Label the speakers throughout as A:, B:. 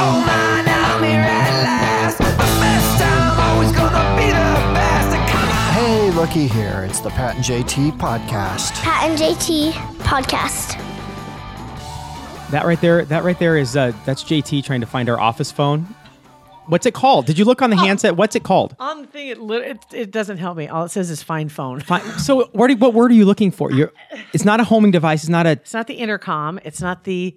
A: Oh man, I'm here at last. The best time, always gonna be the best. And come on.
B: Hey, looky here. It's the Pat and JT podcast.
C: Pat and JT podcast.
D: That right there, that right there is uh, that's JT trying to find our office phone. What's it called? Did you look on the handset? What's it called?
E: on the thing, it, lit- it it doesn't help me. All it says is "find phone."
D: Fi- So, what, do, what word are you looking for? You're, it's not a homing device. It's not a
E: It's not the intercom. It's not the.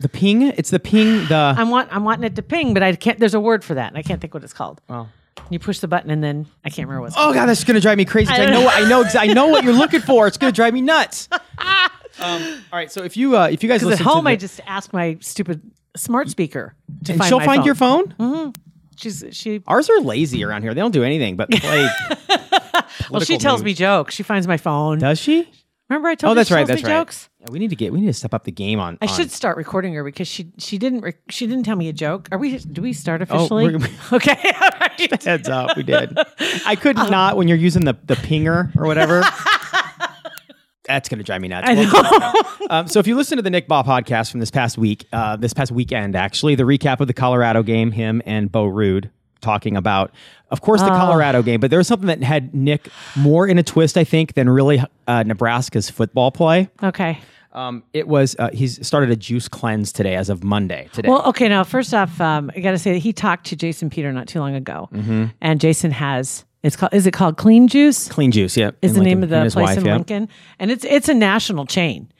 D: the ping. It's the ping. The
E: I'm want I'm wanting it to ping, but I can't. There's a word for that, and I can't think what it's called. Oh. You push the button, and then I can't remember what's.
D: oh god, that's gonna drive me crazy. 'cause I, know. I know. exa- I know what you're looking for. It's gonna drive me nuts. Um, all right. So if you uh, if you guys
E: Because
D: listen
E: at home,
D: to
E: I
D: the-
E: just asked my stupid smart speaker to
D: and
E: find
D: she'll
E: my
D: find
E: phone.
D: your phone. Hmm?
E: She's she.
D: Ours are lazy around here. They don't do anything but play.
E: Well, she tells me jokes. She finds my phone.
D: Does she?
E: Remember, I told
D: Oh,
E: her
D: that's
E: she
D: right.
E: tells me
D: That's right.
E: jokes.
D: Yeah, we need to get. We need to step up the game on.
E: I
D: on-
E: should start recording her because she she didn't re- she didn't tell me a joke. Are we do we start
D: Oh, we're-
E: officially? okay, all right.
D: Heads up, we did. I could
E: Um,
D: not when you're using the the pinger or whatever. That's gonna drive me nuts.
E: I
D: Well,
E: know.
D: um, so if you listen to the Nick Baugh podcast from this past week, uh, this past weekend actually, the recap of the Colorado game, him and Bo Rude talking about, of course, the
E: Ah.
D: Colorado game, but there was something that had Nick more in a twist, I think, than really uh, Nebraska's football play.
E: okay.
D: Um, it was uh, he's started a juice cleanse today, as of Monday today.
E: Well, okay. Now, first off, um, I got to say that he talked to Jason Peter not too long ago,
D: Mm-hmm.
E: and Jason has it's called is it called Clean Juice?
D: Clean juice, yeah,
E: Is
D: in
E: the name
D: Lincoln,
E: of
D: him and
E: the
D: his
E: place
D: wife,
E: in
D: yeah.
E: Lincoln, and it's it's a national chain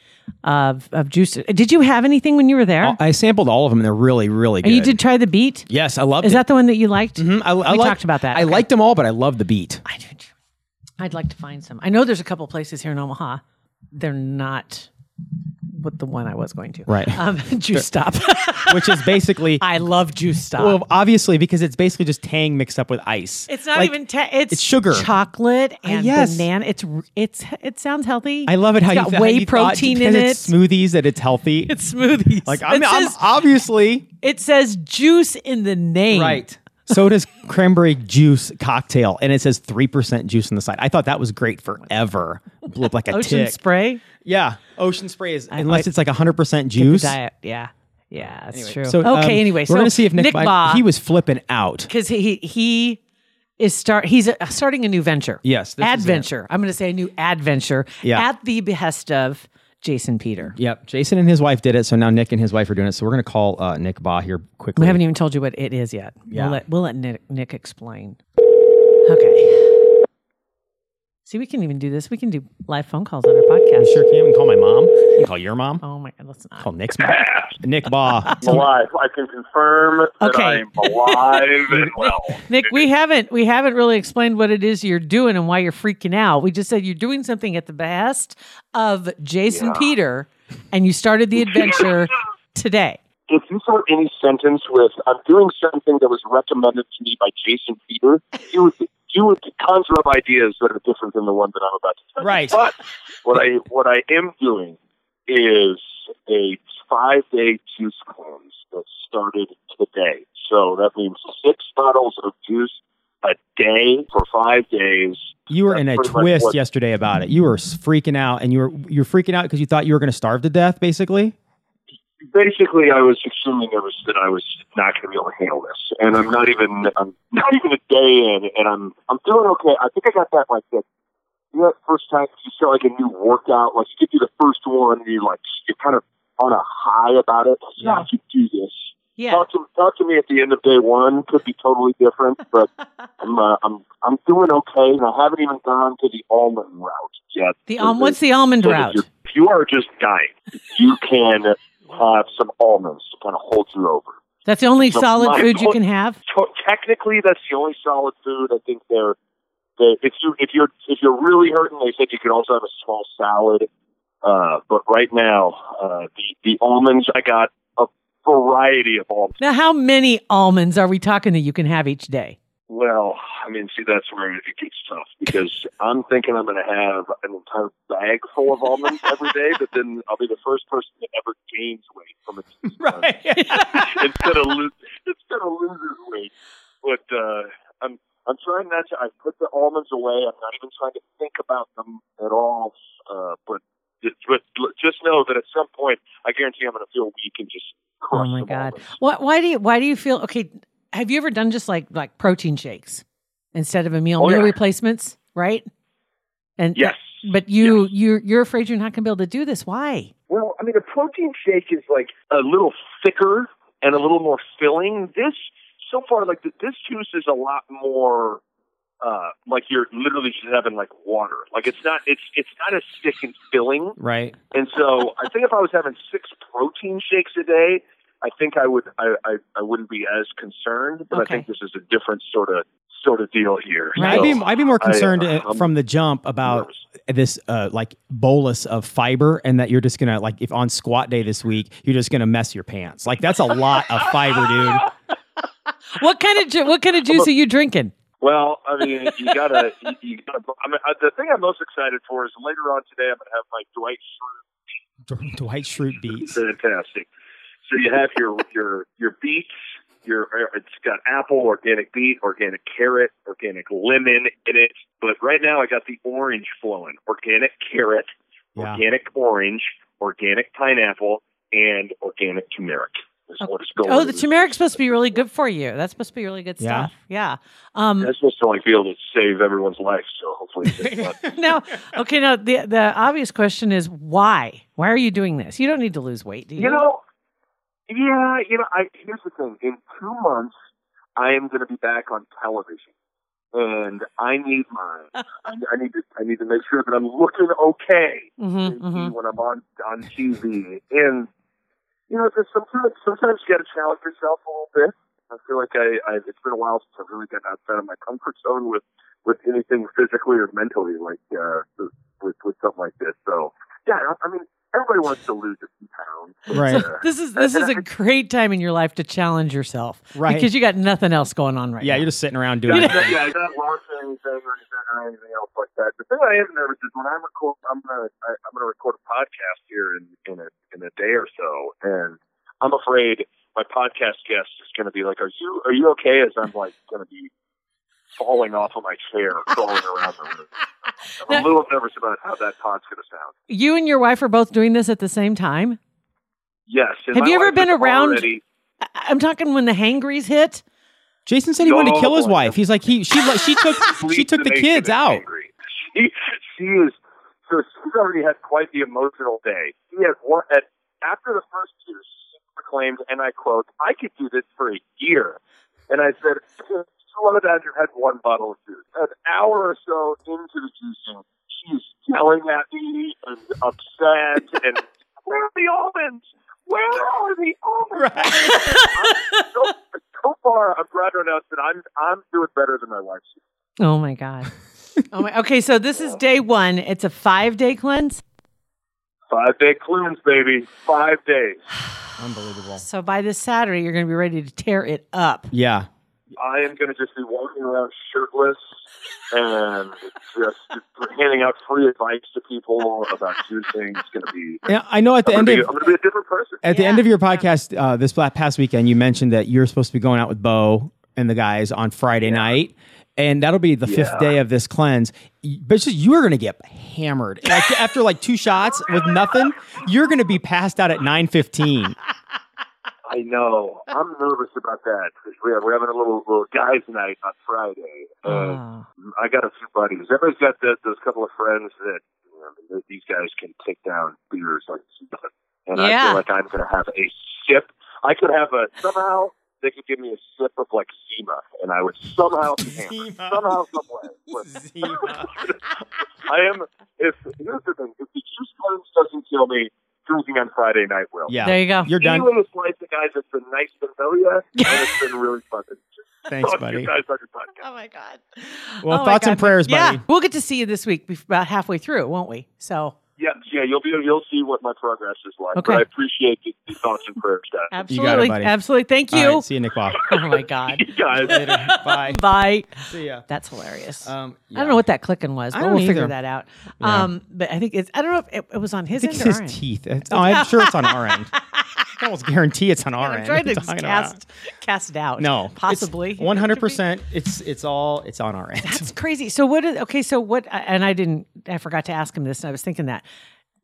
E: of of juice. Did you have anything when you were there?
D: Oh, I sampled all of them, and they're really, really good.
E: and Oh, you did try the beat.
D: Yes, I loved
E: Is
D: it.
E: that the one that you liked?
D: Mhm, I, I
E: we
D: liked-
E: talked about that.
D: I
E: Okay.
D: liked them all, but I loved the beat.
E: I do. too. I'd like to find some. I know there's a couple places here in Omaha. They're not what the one I was going to.
D: Right.
E: Um, juice stop.
D: which is basically
E: I love juice stop.
D: well, obviously because it's basically just tang mixed up with ice.
E: It's not
D: Like,
E: even ta- it's,
D: it's sugar.
E: chocolate and
D: yes.
E: banana. It's r- it's it sounds healthy.
D: I love it
E: It's
D: how you
E: got
D: how
E: whey
D: you thought
E: protein
D: because
E: in it.
D: It's smoothies that it's healthy.
E: It's smoothies.
D: like I'm,
E: it,
D: I'm
E: says,
D: obviously
E: it says juice in the name.
D: So does cranberry juice cocktail, and it says three percent juice on the side. I thought that was great forever. Blew up like a
E: Ocean
D: tick.
E: spray
D: Yeah, ocean spray is
E: like-
D: unless it's like hundred percent juice.
E: diet. Yeah, yeah, that's true.
D: So um,
E: okay, anyway,
D: we're
E: so
D: gonna see if Nick,
E: Nick
D: Bi-
E: Baugh,
D: he was flipping out.
E: because he he is start he's uh starting a new venture.
D: Yes, this is it.
E: adventure. I'm going to say a new adventure
D: Yeah.
E: at the behest of Jason Peter.
D: Yep, Jason and his wife did it. So now Nick and his wife are doing it. So we're gonna call uh, Nick Baugh here quickly.
E: We haven't even told you what it is yet.
D: Yeah.
E: We'll let, we'll let Nick, Nick explain. Okay. See, we can even do this. We can do live phone calls on our podcast.
D: sure can. We can call my mom. We can call your mom.
E: Oh my God, let's not.
D: Call Nick's mom. Nick Baugh.
F: I'm alive. I can confirm that
E: Okay.
F: I'm alive and well.
E: Nick, we haven't we haven't really explained what it is you're doing and why you're freaking out. We just said you're doing something at the behest of Jason Peter, and you started the adventure today.
F: If you start any sentence with "I'm doing something that was recommended to me by Jason Peter," you would you would conjure up ideas that are different than the one that I'm about to tell. you.
D: Right.
F: But what I what I am doing is a five day juice cleanse that started today. So that means six bottles of juice a day for five days.
D: You were in a
F: That's pretty much
D: twist
F: what-
D: yesterday about it. You were s- freaking out, and you were you're freaking out because you thought you were going to starve to death, basically.
F: basically I was extremely nervous that I was not going to be able to handle this, and I'm not even I'm not even a day in, and I'm I'm doing okay. I think I got that like that. You know, that first time you start like a new workout, like you get through the first one, and you like you're kind of on a high about it. Yeah, I could do this.
E: Yeah.
F: Talk to talk to me at the end of day one could be totally different, but I'm uh, I'm I'm doing okay, and I haven't even gone to the almond route yet.
E: The um, what's the almond
F: So if
E: route?
F: you're- If you are just dying, you can have some almonds to kind of hold you over.
E: That's the only
F: So
E: solid
F: my
E: food you
F: point-
E: can have.
F: So technically, that's the only solid food. I think they're, they if you if you're if you're really hurting, they said you could also have a small salad. Uh, but right now, uh, the the almonds I got a variety of almonds.
E: Now, how many almonds are we talking that you can have each day?
F: Well, I mean, see, that's where it gets tough because I'm thinking I'm going to have an entire bag full of almonds every day, but then I'll be the first person that ever gains weight from it
D: Right.
F: instead of lo- instead of losing weight. But uh, I'm I'm trying not to. I put the almonds away. I'm not even trying to think about them at all. Uh, but just, but l- just know that at some point, I guarantee I'm going to feel weak and just
E: Oh
F: crush
E: my
F: them
E: god.
F: almonds.
E: Why, why do you why do you feel okay? Have you ever done just like like protein shakes instead of a meal
F: Oh,
E: meal
F: yeah.
E: replacements, right? And
F: Yes.
E: but you you're you're afraid you're not going to be able to do this. Why?
F: Well, I mean, a protein shake is like a little thicker and a little more filling. This so far, like th- this juice is a lot more. Uh, like you're literally just having like water. Like it's not it's it's not as thick and filling.
D: Right.
F: And so I think if I was having six protein shakes a day, I think I would I, I, I wouldn't be as concerned. But
E: Okay.
F: I think this is a different sort of sort of deal here.
E: Right.
D: I'd
F: So
D: be I'd be more
F: I, uh,
D: concerned uh,
F: I'm
D: from the jump about
F: nervous.
D: this uh, like bolus of fiber, and that you're just gonna like if on squat day this week you're just gonna mess your pants. Like that's a lot of fiber, dude.
E: What kind of ju- what kind of juice are you drinking?
F: Well, I mean, you gotta. You, you gotta I mean, uh, the thing I'm most excited for is later on today. I'm gonna have my Dwight Schrute
D: Dw- Dwight Schrute beats.
F: fantastic. So you have your your your beets. Your it's got apple, organic beet, organic carrot, organic lemon in it. But right now I got the orange flowing. Organic carrot,
D: Yeah.
F: organic orange, organic pineapple, and organic turmeric. Is what it's going.
E: Oh, the turmeric's supposed to be really good for you. That's supposed to be really good
D: Yeah.
E: stuff. Yeah. Um,
F: That's supposed to like be able to save everyone's life. So hopefully, it's not
E: now, okay. Now, the the obvious question is why? Why are you doing this? You don't need to lose weight, do you?
F: You know, yeah, you know, I here's the thing. In two months, I am going to be back on television, and I need my, I, I need to, I need to make sure that I'm looking okay
E: Mhm, mhm.
F: when I'm on on TV. And you know, just sometimes sometimes you got to challenge yourself a little bit. I feel like I, I it's been a while since I've really gotten outside of my comfort zone with with anything physically or mentally like uh with with something like this. So yeah, I, I mean everybody wants to lose a few pounds.
D: Right.
F: Uh,
E: This is this is a great time in your life to challenge yourself,
D: Right.
E: Because you got nothing else going on right
D: Yeah,
E: now.
D: you're just sitting around doing.
F: Yeah,
D: nothing.
F: yeah, not lost anything or anything, or anything else like that. The thing I am nervous is when I record, I'm gonna, I, I'm gonna record a podcast here in in a in a day or so, and I'm afraid my podcast guest is gonna be like, "Are you are you okay?" As I'm like gonna be falling off of my chair, crawling around the room. I'm a little nervous about how that pod's gonna sound.
E: You and your wife are both doing this at the same time.
F: Yes. and
E: Have
F: my
E: you ever
F: wife
E: been
F: is
E: around-
F: already-
E: I- I'm talking when the hangries hit.
D: Jason said he wanted to
F: No,
D: kill his
F: boy.
D: wife. He's like he she le- she took she took the
F: Lisa
D: kids
F: Mason is
D: out.
F: angry. She, she is so she's already had quite the emotional day. She had one at after the first year, she proclaimed, and I quote, "I could do this for a year," and I said, "Slow down. You've had one bottle of juice. An hour or so into the juicing, she's yelling at me and upset and where are the almonds? Where are the almonds?" I'm so, so far, I'm proud to announce that I'm I'm doing better than my wife.
E: Oh my god. oh my. Okay, so this is day one. It's a five day cleanse.
F: Five day cleanse, baby. Five days.
D: Unbelievable.
E: So by this Saturday, you're going to be ready to tear it up.
D: Yeah.
F: I am going to just be walking around shirtless and just handing out free advice to people about juicing. It's going to be.
D: Yeah, I know at the
F: I'm
D: end
F: going
D: of
F: to be a different person.
D: at the end of your podcast uh, this la- past weekend, you mentioned that you're supposed to be going out with Bo and the guys on Friday night, and that'll be the fifth day of this cleanse. Y- But it's just, you are going to get hammered like after like two shots with nothing. You're going to be passed out at nine fifteen.
F: I know. I'm nervous about that. 'cause We have, we're having a little little guys night on Friday. Uh,
D: Ah.
E: Oh.
F: I got a few buddies. Everybody's got the, those couple of friends that you know, that these guys can take down beers like it's nothing. And I
E: Yeah.
F: feel like I'm going to have a sip. I could have a somehow they could give me a sip of like Zima, and I would somehow be hammered.
D: Zima.
F: somehow some way. But I am. If here's the thing, if the juice cleanse doesn't kill me, drinking on Friday night will.
D: yeah,
E: There you go.
D: You're done.
F: Anyway, it's like the guys. It's been nice to know you, and it's been really fun. to
D: Thanks,
F: talk to you
D: buddy.
F: guys on your podcast.
E: Oh my god.
D: Well,
E: Oh my
D: thoughts and
E: God.
D: prayers, buddy.
E: Yeah, we'll get to see you this week, bef- about halfway through, won't we? So
F: Yeah, yeah, you'll be you'll see what my progress is like.
E: Okay.
F: But I appreciate the, the thoughts and prayers, guys.
E: Absolutely.
D: buddy.
E: Absolutely. Thank
D: All
E: you.
D: right, see you, Nick Bob.
E: oh my God.
F: You guys.
D: Later. Bye.
E: Bye.
D: See ya.
E: That's hilarious.
D: Um,
E: I don't know what that clicking was,
D: I
E: but
D: don't
E: we'll figure
D: either.
E: that out.
D: Yeah.
E: Um, but I think it's, I don't know if it, it was on his
D: I think it's
E: end or
D: his
E: our end.
D: teeth. It's- oh, I'm sure it's on our end. I can almost guarantee it's on our
E: I'm
D: end.
E: trying to
D: What are you talking about?
E: cast, cast doubt.
D: No,
E: Possibly.
D: One hundred percent. It's it's all it's on our end.
E: That's crazy. So what? Is, okay, so what? And I didn't. I forgot to ask him this, and I was thinking that,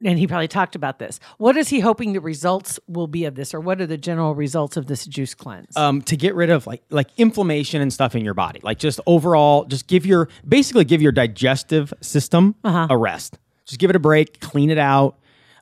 E: and he probably talked about this. What is he hoping the results will be of this, or what are the general results of this juice cleanse?
D: um, to get rid of like like inflammation and stuff in your body. Like just overall, just give your basically give your digestive system
E: Uh-huh.
D: a rest. Just give it a break, clean it out.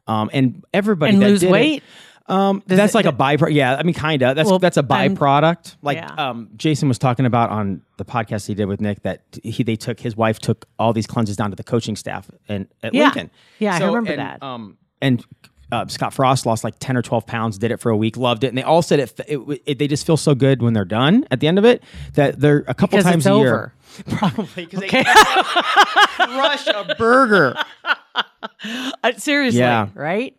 D: Um, and everybody
E: and
D: that
E: lose
D: did it-
E: weight.
D: um, that's like a byproduct. Yeah, I mean, kind of. That's
E: Well,
D: that's a
E: I'm-
D: byproduct. like
E: yeah.
D: um, Jason was talking about on the podcast he did with Nick that he they took his wife took all these cleanses down to the coaching staff and at
E: Yeah.
D: Lincoln.
E: Yeah, I remember
D: and,
E: that.
D: Um, and uh, Scott Frost lost like ten or twelve pounds, did it for a week, loved it, and they all said it, it, it. They just feel so good when they're done at the end of it that they're a couple
E: Because
D: times
E: it's
D: a year.
E: over.
D: Probably because they crush a burger.
E: Uh, seriously,
D: Yeah.
E: right?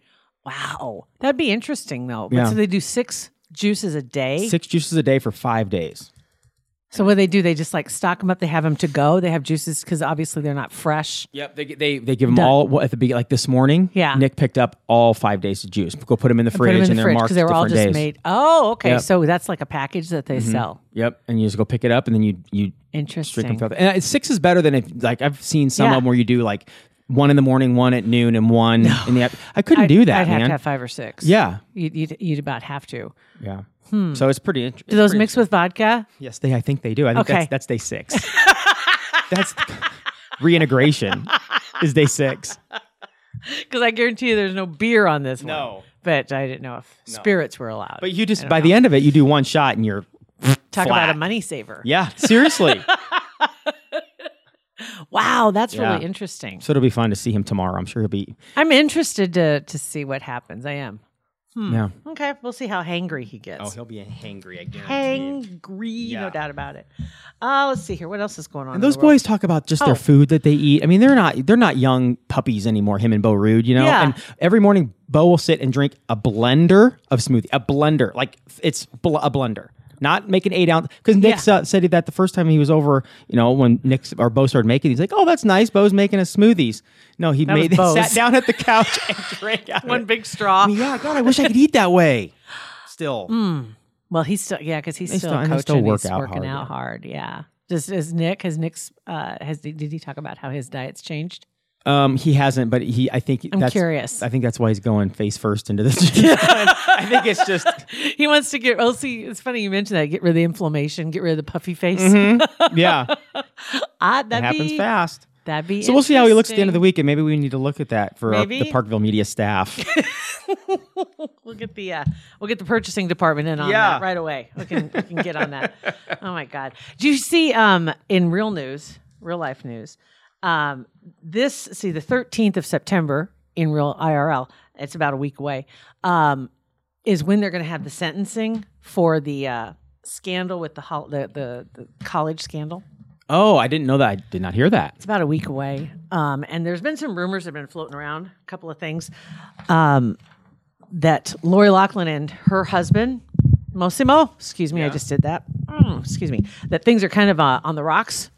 E: Wow, that'd be interesting though. But
D: Yeah.
E: So they do six juices a day.
D: Six juices a day for five days.
E: So what do they do? They just like stock them up. They have them to go. They have juices because obviously they're not fresh.
D: Yep, they they they give them
E: Done.
D: all what, at the beginning, like this morning.
E: Yeah.
D: Nick picked up all five days of juice. Go put them in the
E: Put
D: fridge,
E: 'em in
D: and
E: the
D: they're
E: fridge
D: marked
E: they were all
D: different days.
E: just made. Oh, okay.
D: Yep. Mm-hmm.
E: So that's like a package that they sell.
D: Yep, and you just go pick it up, and then you you
E: Interesting.
D: drink them throughout. the- And uh, six is better than if like I've seen some
E: Yeah.
D: of them where you do like one in the morning, one at noon, and one in the. afternoon. I couldn't
E: I'd-
D: do that,
E: I'd
D: man.
E: have to have five or six.
D: yeah,
E: You'd, you'd, you'd about have to.
D: yeah. So it's pretty interesting.
E: Hmm. Do those mix with vodka?
D: Yes, they. I think they do. I think
E: Okay.
D: that's, that's day six. that's reintegration is day six.
E: Because I guarantee you there's no beer on this one.
D: No.
E: But I didn't know if spirits were allowed.
D: But you just by the end of it, you do one shot, and you're flat.
E: Talk about a money saver.
D: yeah. Seriously.
E: Wow, that's
D: Yeah.
E: really interesting.
D: So it'll be fun to see him tomorrow. I'm sure he'll be.
E: I'm interested to, to see what happens. I am.
D: Yeah.
E: Hmm. Okay, we'll see how hangry he gets.
D: he'll be Oh, hangry again.
E: hangry,
D: Yeah.
E: no doubt about it. Uh, let's see here. What else is going on?
D: And
E: in
D: those
E: the world?
D: boys talk about just
E: Oh.
D: their food that they eat. I mean, they're not they're not young puppies anymore. Him and Bo Rude, you know.
E: Yeah.
D: And every morning, Bo will sit and drink a blender of smoothie, a blender, like it's bl- a blender, not make an eight ounce. Because Nick
E: Yeah.
D: uh, said that the first time he was over, you know, when Nick s- or Bo started making, he's like, "Oh, that's nice. Bo's making us smoothies." No, he made
E: was Bo's.
D: sat down at the couch and drank out of
E: One
D: it.
E: big straw.
D: I mean, yeah, God, I wish I could eat that way. Still,
E: Well, he's still yeah, because he's
D: They
E: still,
D: still- and they
E: coaching.
D: still work
E: he's
D: out
E: working
D: hard,
E: out
D: yeah.
E: hard. Yeah. Does is Nick has Nick's uh has did he talk about how his diet's changed?
D: Um, he hasn't, but he. I think
E: I'm
D: that's,
E: curious.
D: I think that's why he's going face first into this. I think it's just
E: He wants to get. Oh, see, it's funny you mentioned that. Get rid of the inflammation. Get rid of the puffy face.
D: yeah,
E: Ah,
D: Mm-hmm. it
E: that'd
D: happens
E: be,
D: fast.
E: That'd be.
D: So we'll see how he looks at the end of the week, and maybe we need to look at that for our, the
E: Maybe.
D: Parkville media staff.
E: week. We'll get the uh, we'll get the purchasing department in on
D: Yeah.
E: that right away. We can we can get on that. Oh my god! Do you see um in real news, real life news? Um, this see the thirteenth of September in real IRL. It's about a week away. Um, is when they're going to have the sentencing for the uh, scandal with the, hol- the the the college scandal.
D: oh, I didn't know that. I did not hear that.
E: It's about a week away. Um, and there's been some rumors that have been floating around, a couple of things. Um, that Lori Lachlan and her husband, Mosimo, excuse me, I just did that. Mm, excuse me. That things are kind of uh, on the rocks,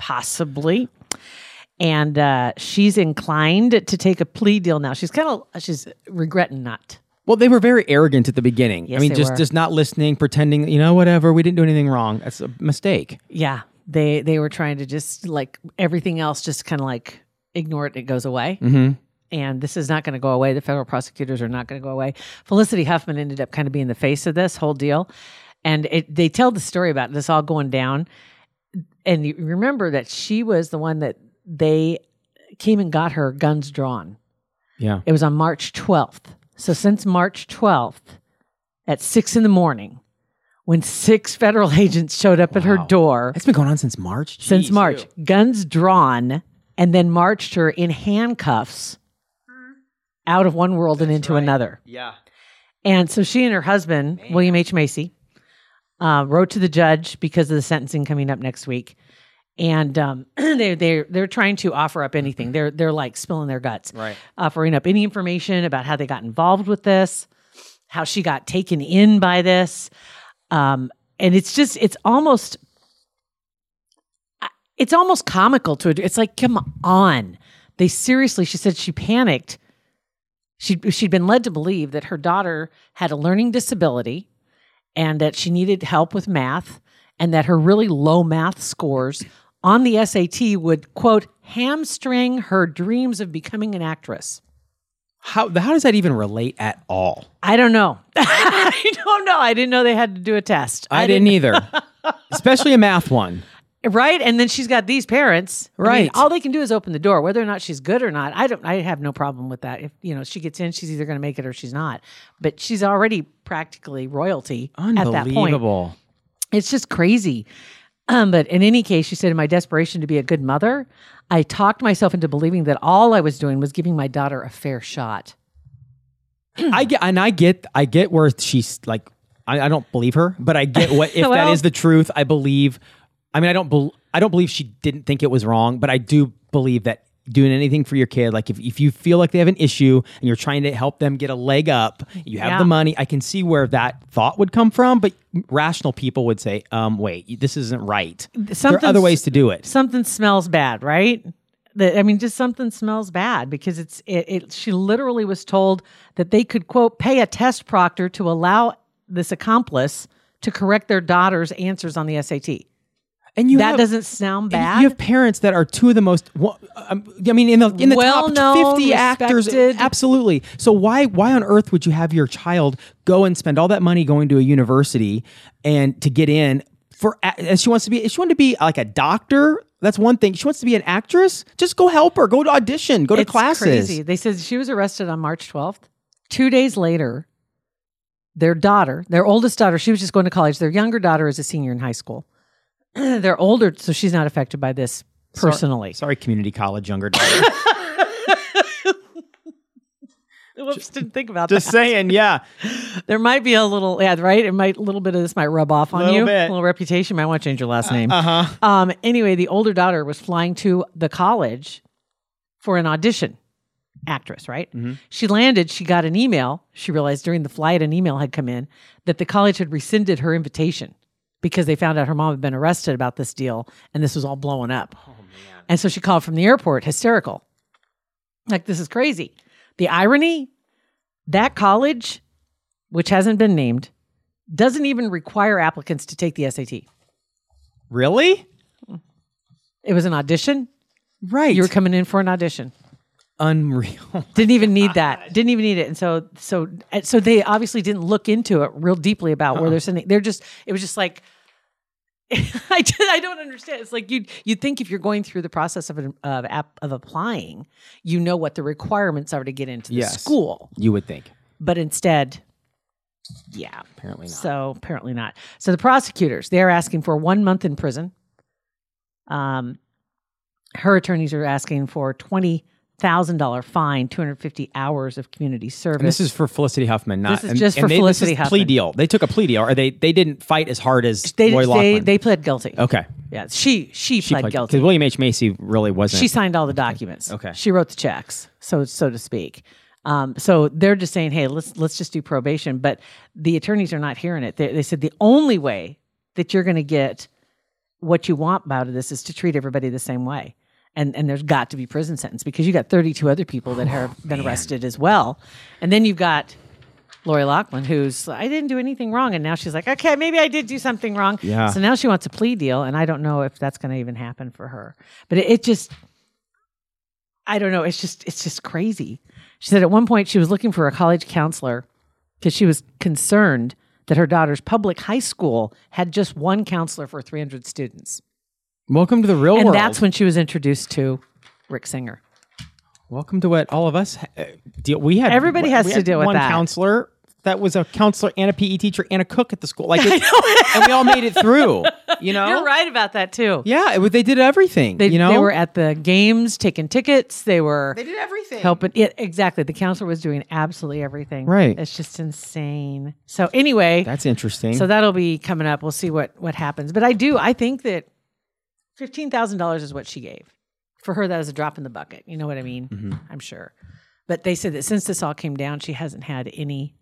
E: possibly. And uh, she's inclined to take a plea deal now. She's kind of she's regretting not.
D: Well, they were very arrogant at the beginning. I
E: Yes,
D: mean,
E: they
D: just
E: were.
D: just not listening, pretending. You know, whatever. We didn't do anything wrong. That's a mistake.
E: Yeah, they they were trying to just like everything else, just kind of like ignore it. and It goes away,
D: Mhm.
E: and this is not going to go away. The federal prosecutors are not going to go away. Felicity Huffman ended up kind of being the face of this whole deal, and it, they tell the story about this all going down. And you remember that she was the one that they came and got her guns drawn.
D: Yeah.
E: It was on March 12th. So since March 12th at six in the morning, when six federal agents showed up at her
D: Wow.
E: door
D: It's been going on since March.
E: since
D: Jeez.
E: March, guns drawn, and then marched her in handcuffs out of one world and into another.
D: Yeah.
E: And so she and her husband, William H. Macy, uh, wrote to the judge because of the sentencing coming up next week. and um, they they they're trying to offer up anything. They're they're like spilling their guts,
D: Right.
E: Offering up any information about how they got involved with this, how she got taken in by this, um, and it's just it's almost it's almost comical to it. It's like, come on. They seriously, she said she panicked. She'd, she'd been led to believe that her daughter had a learning disability and that she needed help with math and that her really low math scores on the SAT would, quote, hamstring her dreams of becoming an actress.
D: How how does that even relate at all?
E: I don't know. I don't know. I didn't know they had to do a test.
D: I, didn't, either, especially a math one.
E: Right. And then she's got these parents. I mean,
D: Right.
E: all they can do is open the door, whether or not she's good or not. I don't, I have no problem with that. If, you know, she gets in, she's either going to make it or she's not. But she's already practically royalty at that point.
D: Unbelievable.
E: It's just crazy. Um, but in any case, she said, in my desperation to be a good mother, I talked myself into believing that all I was doing was giving my daughter a fair shot.
D: I get and I get I get where she's like I, I don't believe her, but I get what if that
E: Well-
D: is the truth. I believe. I mean, I don't bel I don't believe she didn't think it was wrong, but I do believe that doing anything for your kid, like if, if you feel like they have an issue and you're trying to help them get a leg up, you have
E: Yeah.
D: the money. I can see where that thought would come from, but rational people would say, um, wait, this isn't right. There are
E: something's-
D: other ways to do it.
E: something smells bad, right? The, I mean, just something smells bad because it's it, it. She literally was told that they could quote pay a test proctor to allow this accomplice to correct their daughter's answers on the SAT.
D: And you
E: that
D: have-
E: doesn't sound
D: And
E: bad.
D: You have parents that are two of the most. one- um, I mean, in the in the top
E: Well-known,
D: fifty actors,
E: respected.
D: absolutely. So why why on earth would you have your child go and spend all that money going to a university and to get in for? a- And she wants to be. If she wanted to be like a doctor. That's one thing. She wants to be an actress. Just go help her. Go to audition. Go to
E: It's
D: classes.
E: crazy. They said she was arrested on March 12th. Two days later, their daughter, their oldest daughter, she was just going to college. Their younger daughter is a senior in high school. They're older, so she's not affected by this
D: Sor-
E: personally.
D: sorry, community college younger daughter.
E: Whoops, didn't think about
D: Just saying, yeah.
E: There might be a little, yeah, right. It might a little bit of this might rub off on
D: Little
E: you.
D: bit.
E: A little reputation. Might want to change your last name. Uh huh. Um. Anyway, the older daughter was flying to the college for an audition. Actress, right? She landed. She got an email. She realized during the flight an email had come in that the college had rescinded her invitation because they found out her mom had been arrested about this deal and this was all blowing up. Oh man! And so she called from the airport, hysterical. Like this is crazy. The irony that college, which hasn't been named, doesn't even require applicants to take the SAT.
D: Really?
E: It was an audition.
D: Right.
E: You were
D: You're
E: coming in for an audition.
D: unreal.
E: Didn't even need that. Didn't even need it. And so, so, and so they obviously didn't look into it real deeply about
D: Uh-uh.
E: where they're sending. They're just. It was just like. I just, I don't understand. It's like you you think if you're going through the process of an, of app, of applying, you know what the requirements are to get into the
D: Yes.
E: school,
D: You would think.
E: but instead, yeah,
D: Apparently not.
E: So apparently not. So the prosecutors they are asking for one month in prison. Um, her attorneys are asking for twenty thousand dollar fine, two hundred fifty hours of community service.
D: And this is for Felicity Huffman, not
E: This is
D: and-
E: just
D: and
E: for
D: they, this
E: Felicity
D: is plea
E: Huffman.
D: deal. They took a plea deal, or they they didn't fight as hard as
E: they
D: Lori
E: they,
D: Loughlin.
E: they pled guilty.
D: okay,
E: Yeah, she she, pled,
D: because
E: guilty.
D: William H Macy really wasn't.
E: She signed all the documents.
D: Okay.
E: she wrote the checks, so so to speak. Um, so they're just saying, hey, let's let's just do probation. But the attorneys are not hearing it. They, they said the only way that you're going to get what you want out of this is to treat everybody the same way. And and there's got to be prison sentence because you got 32 other people that have been arrested as well. And then you've got Lori Loughlin, who's I didn't do anything wrong, and now she's like, okay, maybe I did do something wrong.
D: Yeah.
E: So now she wants a plea deal, and I don't know if that's going to even happen for her. But it, it just, I don't know. It's just it's just crazy. She said at one point she was looking for a college counselor because she was concerned that her daughter's public high school had just one counselor for 300 students.
D: Welcome to the real
E: And
D: world.
E: that's when she was introduced to Rick Singer.
D: Welcome to what all of us ha- uh, deal. We had
E: Everybody
D: we
E: has
D: had
E: to deal with
D: one
E: that.
D: counselor that was a counselor and a PE teacher and a cook at the school. Like, it, and we all made it through. You know,
E: You're right about that too.
D: Yeah, it, was- they did everything.
E: They,
D: you know,
E: they were at the games taking tickets. They were
D: did everything.
E: helping. Yeah, exactly. The counselor was doing absolutely everything.
D: Right.
E: It's just insane. So anyway,
D: That's interesting.
E: So that'll be coming up. We'll see what what happens. But I do. I think that fifteen thousand dollars is what she gave. For her, that is a drop in the bucket. You know what I mean?
D: Mm-hmm.
E: I'm sure. But they said that since this all came down, she hasn't had any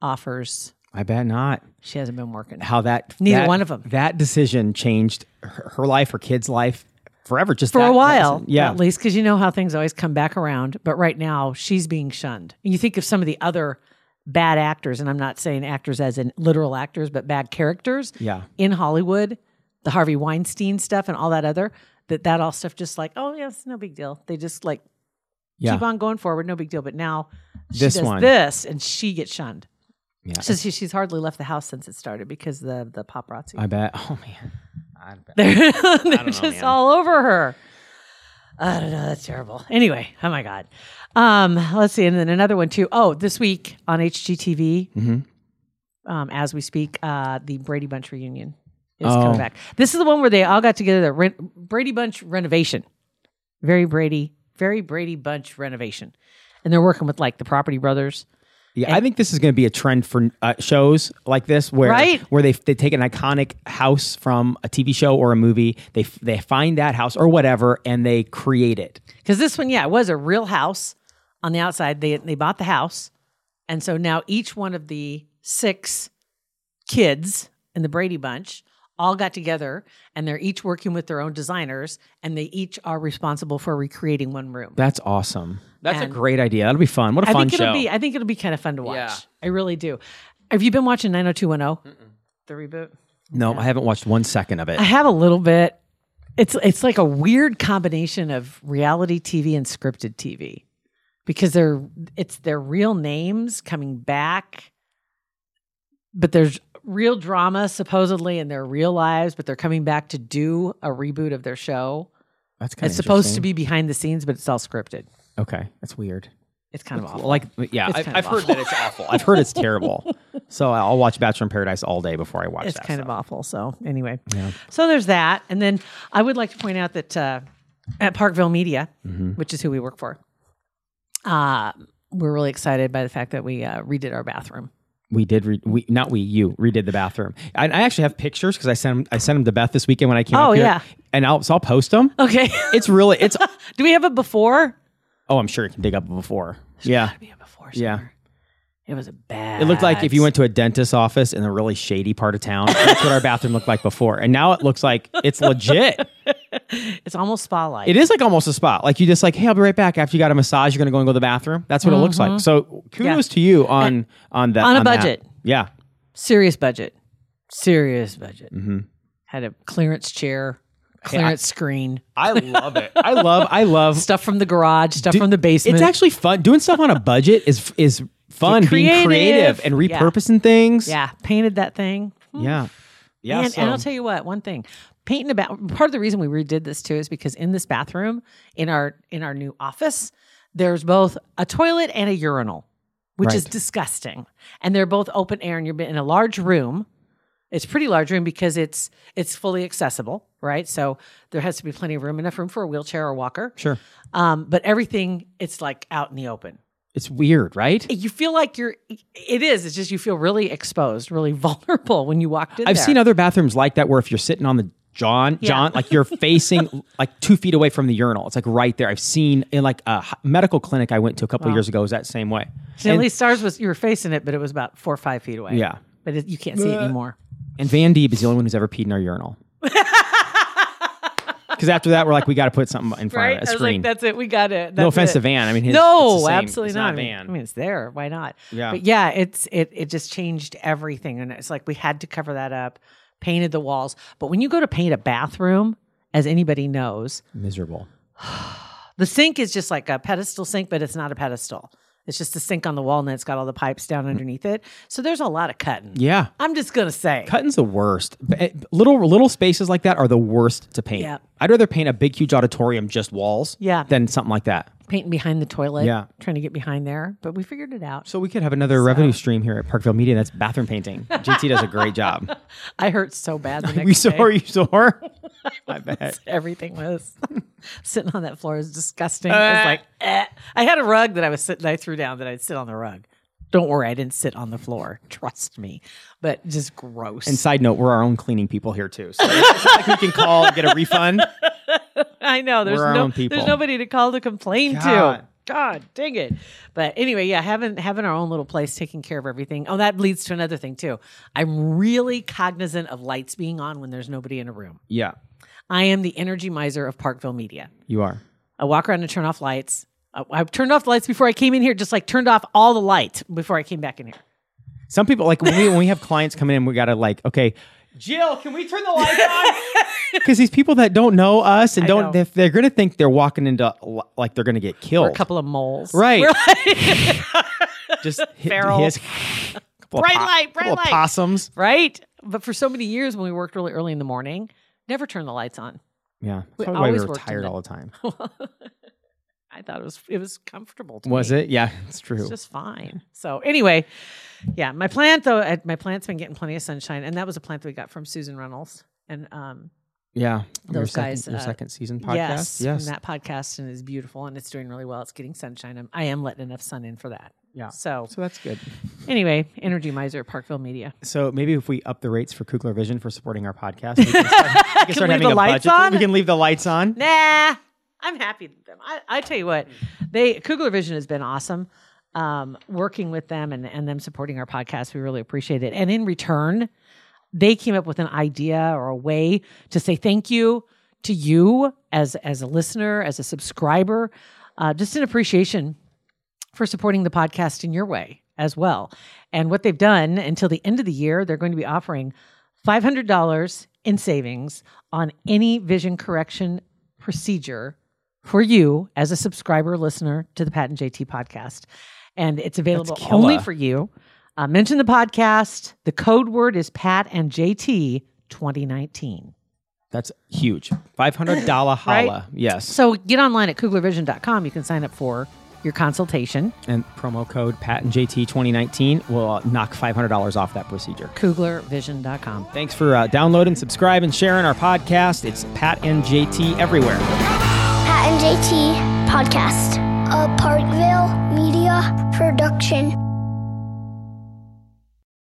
E: offers.
D: I bet not.
E: She hasn't been working.
D: How that
E: Neither
D: that-
E: one of 'em.
D: That decision changed her, her life, her kid's life forever. Just
E: for
D: that-
E: a
D: that
E: while,
D: decision. yeah.
E: at least, because you know how things always come back around. But right now, she's being shunned. And you think of some of the other bad actors, and I'm not saying actors as in literal actors, but bad characters.
D: Yeah.
E: In Hollywood, the Harvey Weinstein stuff and all that other that that all stuff just like oh yes, no big deal. They just like
D: yeah.
E: keep on going forward, no big deal. But now she
D: This
E: does
D: one.
E: this, and she gets shunned.
D: Yeah.
E: So she, she's hardly left the house since it started because the the paparazzi.
D: I bet. Oh man. I bet.
E: They're, they're just all over her. I don't know. That's terrible. Anyway, oh my God. Um, let's see. And then another one, too. Oh, this week on HGTV,
D: Mm-hmm.
E: um, as we speak, uh, the Brady Bunch reunion is
D: Oh.
E: coming back. This is the one where they all got together, the re- Brady Bunch renovation. Very Brady, very Brady Bunch renovation. And they're working with like the Property Brothers.
D: Yeah, I think this is going to be a trend for uh, shows like this, where
E: Right.
D: where they they take an iconic house from a TV show or a movie, they f- they find that house or whatever, and they create it.
E: Because this one, yeah, it was a real house on the outside. They they bought the house, and so now each one of the six kids in the Brady Bunch all got together, and they're each working with their own designers, and they each are responsible for recreating one room.
D: That's awesome. That's
E: And-
D: a great idea. That'll be fun. What a
E: I
D: fun
E: think it'll
D: show!
E: be. I think it'll be kind of fun to watch.
D: Yeah.
E: I really do. Have you been watching 90210? The reboot.
D: no, I haven't watched one second of it.
E: I have a little bit. It's it's like a weird combination of reality TV and scripted TV because they're it's their real names coming back, but there's real drama supposedly in their real lives, but they're coming back to do a reboot of their show.
D: That's kind of
E: it's supposed to be behind the scenes, but it's all scripted.
D: okay. That's weird.
E: It's kind of awful.
D: Like yeah,
E: It's
D: I,
E: kind of
D: I've heard that it's awful. I've heard it's terrible. So I'll watch Bachelor in Paradise all day before I watch
E: it's
D: that.
E: kind
D: stuff.
E: of awful. So anyway, so there's that, and then I would like to point out that uh, at Parkville Media,
D: Mm-hmm.
E: which is who we work for, uh, we're really excited by the fact that we uh, redid our bathroom.
D: We did. Re- we not we. You redid the bathroom. I, I actually have pictures because I sent 'em- I sent them to Beth this weekend when I came.
E: Oh,
D: up here,
E: yeah.
D: And I'll so I'll post them.
E: Okay,
D: It's really it's.
E: do we have a before?
D: Oh, I'm sure you can dig up before. Yeah,
E: We have a before.
D: Yeah.
E: somewhere. it was a bad.
D: it looked like if you went to a dentist's office in a really shady part of town. That's what our bathroom looked like before, and now it looks like it's legit.
E: It's almost spa like.
D: It is like almost a spot. Like you just like, hey, I'll be right back after you got a massage. You're gonna go and go to the bathroom. That's what it looks like. So kudos to you on on that
E: Mm-hmm. On a
D: that.
E: budget.
D: Yeah,
E: serious budget. Serious budget.
D: Mm-hmm.
E: Had a clearance chair, clearance screen,
D: I love it. I love I love
E: stuff from the garage, stuff from the basement.
D: It's actually fun doing stuff on a budget is is fun.
E: Get
D: Being creative
E: creative.
D: and
E: Yeah.
D: repurposing things.
E: yeah, painted that thing.
D: yeah, yeah.
E: and,
D: so-
E: and I'll tell you what, one thing, painting about part of the reason we redid this too is because in this bathroom, in our in our new office, there's both a toilet and a urinal, which is
D: Right.
E: disgusting, and they're both open air, and you're in a large room. It's a pretty large room because it's it's fully accessible, right? So there has to be plenty of room, enough room for a wheelchair or walker.
D: sure,
E: Um, but everything it's like out in the open
D: it's weird, right?
E: you feel like you're it is it's just you feel really exposed really vulnerable when you walked in
D: I've
E: there.
D: seen other bathrooms like that where if you're sitting on the John, John, like you're facing like two feet away from the urinal. It's like right there. I've seen in like a h- medical clinic I went to a couple years ago. Is that same way?
E: So at least ours was you were facing it but it was about four or five feet away
D: Yeah.
E: but it, you can't see it anymore
D: And Van Deeb is the only one who's ever peed in our urinal. Because after that, we're like, we got to put something in front of it, a
E: I was
D: screen.
E: like, that's it. We got it.
D: no
E: That's
D: offense
E: it.
D: to Van. I mean, his,
E: no,
D: it's the same.
E: absolutely
D: It's
E: not.
D: not.
E: I mean,
D: Van.
E: I mean, it's there. Why not?
D: Yeah.
E: But yeah, it's it it just changed everything, and it's like we had to cover that up. Painted the walls, but when you go to paint a bathroom, as anybody knows,
D: miserable.
E: The sink is just like a pedestal sink, but it's not a pedestal. It's just a sink on the wall, and it's got all the pipes down underneath it. So there's a lot of cutting.
D: Mm. Yeah.
E: I'm just gonna say.
D: Cutting's the worst. B- eh, Little little spaces like that are the worst to paint.
E: Yeah.
D: I'd rather paint a big, huge auditorium just walls.
E: Yeah.
D: Than something like that.
E: Painting behind the toilet.
D: Yeah.
E: Trying to get behind there, but we figured it out.
D: So we could have another revenue stream here at Parkville Media. That's bathroom painting. JT does a great job.
E: I hurt so bad the next
D: you sore?
E: day.
D: You sore? I bet.
E: Everything was sitting on that
D: Uh.
E: floor is disgusting. It was like eh. I had a rug that I was sitting. I threw down that I'd sit on the rug. Don't worry, I didn't sit on the floor. Trust me. But just gross.
D: And side note, we're our own cleaning people here too. So it's not like we can call and get a refund.
E: I know there's
D: We're our
E: no
D: own people.
E: there's nobody to call to complain
D: God.
E: to. God dang it! But anyway, yeah, having having our own little place, taking care of everything. Oh, that leads to another thing too. I'm really cognizant of lights being on when there's nobody in a room.
D: Yeah,
E: I am the energy miser of Parkville Media.
D: you are.
E: I walk around and turn off lights. I, I turned off the lights before I came in here, just like turned off all the light before I came back in here.
D: Some people like when we, when we have clients coming in, we gotta like, okay, Jill, can we turn the lights on? Because these people that don't know us and don't,
E: know.
D: They're, they're gonna think they're walking into li- like they're gonna get killed.
E: We're a couple of moles,
D: right?
E: We're-
D: Just hit,
E: Feral.
D: his, couple
E: Bright
D: of
E: light, bright
D: couple
E: light.
D: Of possums.
E: right? But for so many years, when we worked really early in the morning, never turned the lights on.
D: Yeah, that's
E: We
D: probably why we
E: always
D: were
E: worked in
D: tired
E: the-
D: all the time.
E: I thought it was it was comfortable. To
D: Was
E: me.
D: it? Yeah, it's true.
E: It's just fine. So anyway, yeah, my plant though, uh, my plant's been getting plenty of sunshine, and that was a plant that we got from Susan Reynolds, and um,
D: yeah, From your
E: those
D: second,
E: guys,
D: your
E: uh,
D: second season podcast.
E: yes,
D: yes.
E: from that podcast, and it's beautiful, and it's doing really well. It's getting sunshine. I'm, I am letting enough sun in for that.
D: yeah.
E: So
D: So that's good.
E: anyway, Energy Miser, Parkville Media.
D: So maybe if we up the rates for Kugler Vision for supporting our podcast, we can start, we can
E: Can
D: start
E: we
D: having a
E: leave the lights
D: budget.
E: on?
D: We can leave the lights on.
E: Nah, I'm happy with them. I, I tell you what, they Kugler Vision has been awesome. Um, working with them and, and them supporting our podcast, we really appreciate it. And in return, they came up with an idea or a way to say thank you to you as as a listener, as a subscriber, uh, just an appreciation for supporting the podcast in your way as well. And what they've done until the end of the year, they're going to be offering $500 in savings on any vision correction procedure for you as a subscriber listener to the Pat and JT podcast. And it's available
D: killer.
E: only for you. Uh, mention the podcast. The code word is Pat and JT 2019.
D: That's huge. Five hundred dollar
E: Right?
D: holla. Yes.
E: So get online at kuglervision.com. You can sign up for your consultation.
D: and promo code Pat and JT 2019 will uh, knock five hundred dollars off that procedure.
E: Kuglervision.com.
D: Thanks for uh, downloading, subscribing, sharing our podcast. It's Pat and JT everywhere.
C: Pat and JT Podcast, a Parkville media production.